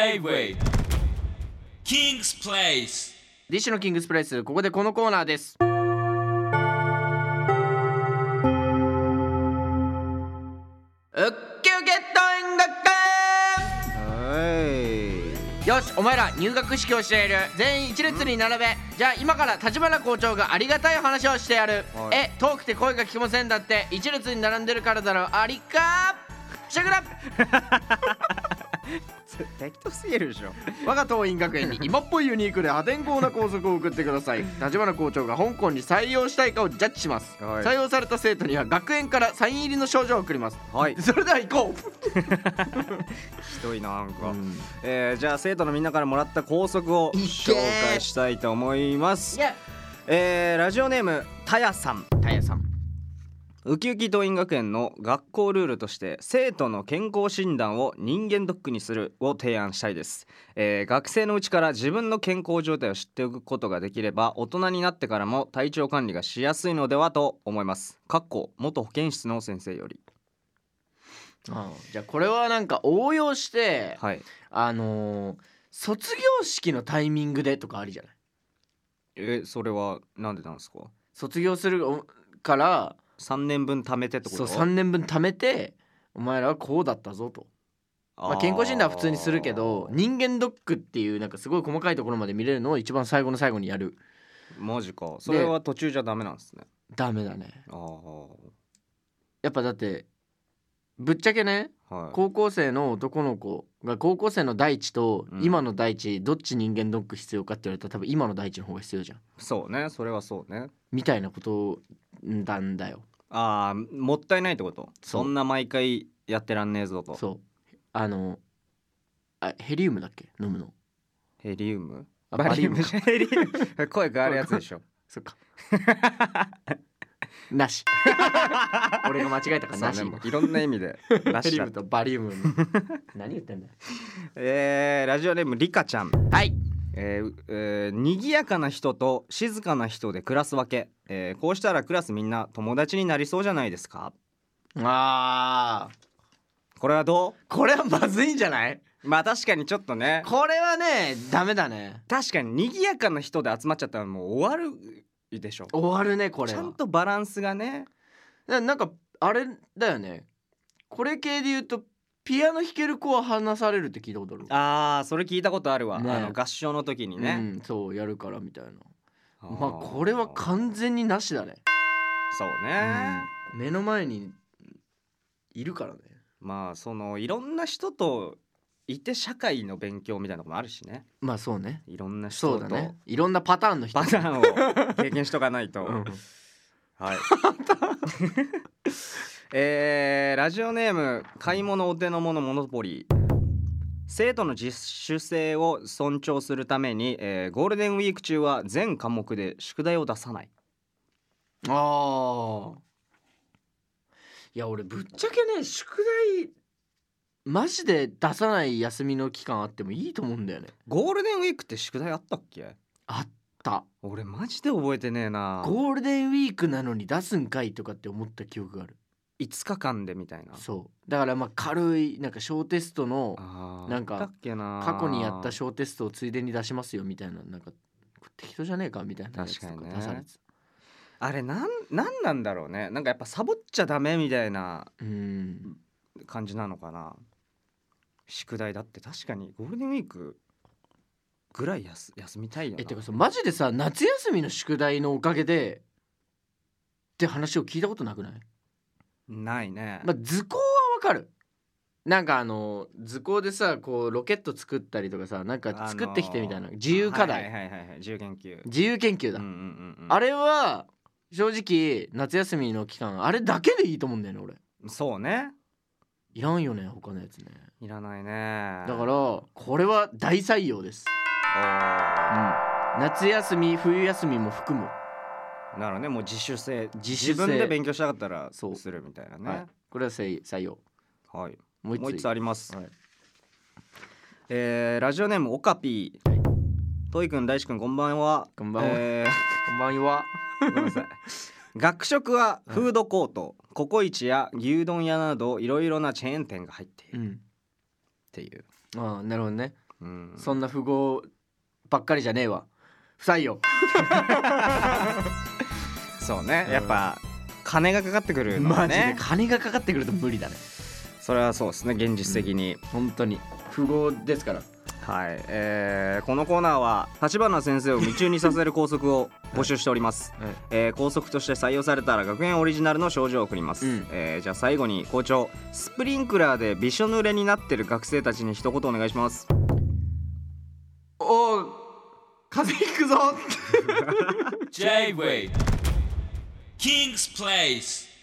J-Way King's Place ディッシュのキングスプレイスここでこのコーナーですウッキウケット音楽会よしお前ら入学式をしている全員一列に並べじゃあ今から立花校長がありがたい話をしてやる、はいえ遠くて声が聞きませんだって一列に並んでるからだろありかしゃくら適当すぎるでしょ我が桐蔭学園に今っぽいユニークで破天荒な校則を送ってください立花校長が香港に採用したいかをジャッジします、はい採用された生徒には学園からサイン入りの賞状を送りますはいそれでは行こひどいななんう、か、えーじゃあ生徒のみんなからもらった校則をいけー紹介したいと思いますいやえーラジオネームたやさんタイヤさんウキウキ桐蔭学園の学校ルールとして生徒の健康診断を人間ドックにするを提案したいです、えー学生のうちから自分の健康状態を知っておくことができれば大人になってからも体調管理がしやすいのではと思いますかっこ元保健室の先生よりじゃあこれはなんか応用して、はいあのー卒業式のタイミングでとかありじゃないえそれはなんでなんですか卒業するおから3年分貯めてってこそとう3年分貯めてお前らはこうだったぞとまあ、健康診断は普通にするけどあー人間ドックっていうなんかすごい細かいところまで見れるのを一番最後の最後にやるマジかそれは途中じゃダメなんですねダメだねああやっぱだってぶっちゃけねはい高校生の男の子が高校生の第一とうん今の第一どっち人間ドック必要かって言われたら多分今の第一の方が必要じゃんそうねそれはそうねみたいなことなんだよああもったいないってことそうそんな毎回やってらんねえぞとそうあのあヘリウムだっけ飲むのヘリウムあか ヘリウム声変わるやつでしょそっ かなし俺が間違えたからなしそうねもういろんな意味でラッヘシリウュムだとバリウ ムの何言ってんだよえーラジオネームリカちゃんはいえーえー賑やかな人と静かな人で暮らすわけ、えーこうしたらクラスみんな友達になりそうじゃないですかあーこれはどこれはまずいんじゃないうまあ確かにちょっとねこれはねダメだね確かに賑やかな人で集まっちゃったらもう終わるでしょ終わるねこれちはゃんとバランスがねななんかあれだよねこれ系で言うとピアノ弾ける子は話されるって聞いたことあるあーそれ聞いたことあるわ、ねあの合唱の時にね、うん、そうやるからみたいなあーまあこれは完全になしだね、そうね、うん目の前にいるからねまあそのいろんな人といて社会の勉強みたいなこともあるしねまあそうねいろんなそ人うだとねいろんなパターンの人パターンを経験しとかないと、うんはい。 えーラジオネーム買い物お手の物モノポリー生徒の自主性を尊重するために、えーゴールデンウィーク中は全科目で宿題を出さないああいや俺ぶっちゃけね宿題マジで出さない休みの期間あってもいいと思うんだよねゴールデンウィークって宿題あったっけあった俺マジで覚えてねえなゴールデンウィークなのに出すんかいとかって思った記憶がある5日間でみたいなそうだからまあ軽いなんか小テストのあーなんかあったっけな過去にやった小テストをついでに出しますよみたいななんか適当じゃねえかみたいなやつとか確かにね出されてたあれなんなんなんだろうねなんかやっぱサボっちゃダメみたいなうん感じなのかな宿題だって確かにゴールデンウィークぐらい休休みたいよなえてかさマジでさ夏休みの宿題のおかげでって話を聞いたことなくないないね、まあ、図工はわかるなんかあの図工でさこうロケット作ったりとかさなんか作ってきてみたいな、あのー自由課題、はいはいはいはい自由研究自由研究だ、うんうんうんうんあれは正直夏休みの期間あれだけでいいと思うんだよね俺そうねいらんよね他のやつねいらないねだからこれは大採用です、ら夏休み冬休みも含むなるねもう自主性自主性分で勉強したかったらそうするみたいなはねい、これは採採用はいもうもう一一つつあります、はいえーラジオネームオカピー、はいトイくん大志くんこんばんはこんばんはえこんばんはーごめんなさい学食はフードコート、ココイチや牛丼屋などいろいろなチェーン店が入っているうんっていう、ああなるほどねうんそんな富豪ばっかりじゃねえわ不採用そうねうんやっぱ金がかかってくるのはマジでね金がかかってくると無理だねそれはそうですね現実的に、本当に富豪ですからはい、えーこのコーナーは立花先生を夢中にさせる校則を募集しております、はいえー校則として採用されたら学園オリジナルの賞状を送ります、うんえーじゃあ最後に校長スプリンクラーでびしょ濡れになってる学生たちに一言お願いしますおお風邪ひくぞ J-Wave King's Place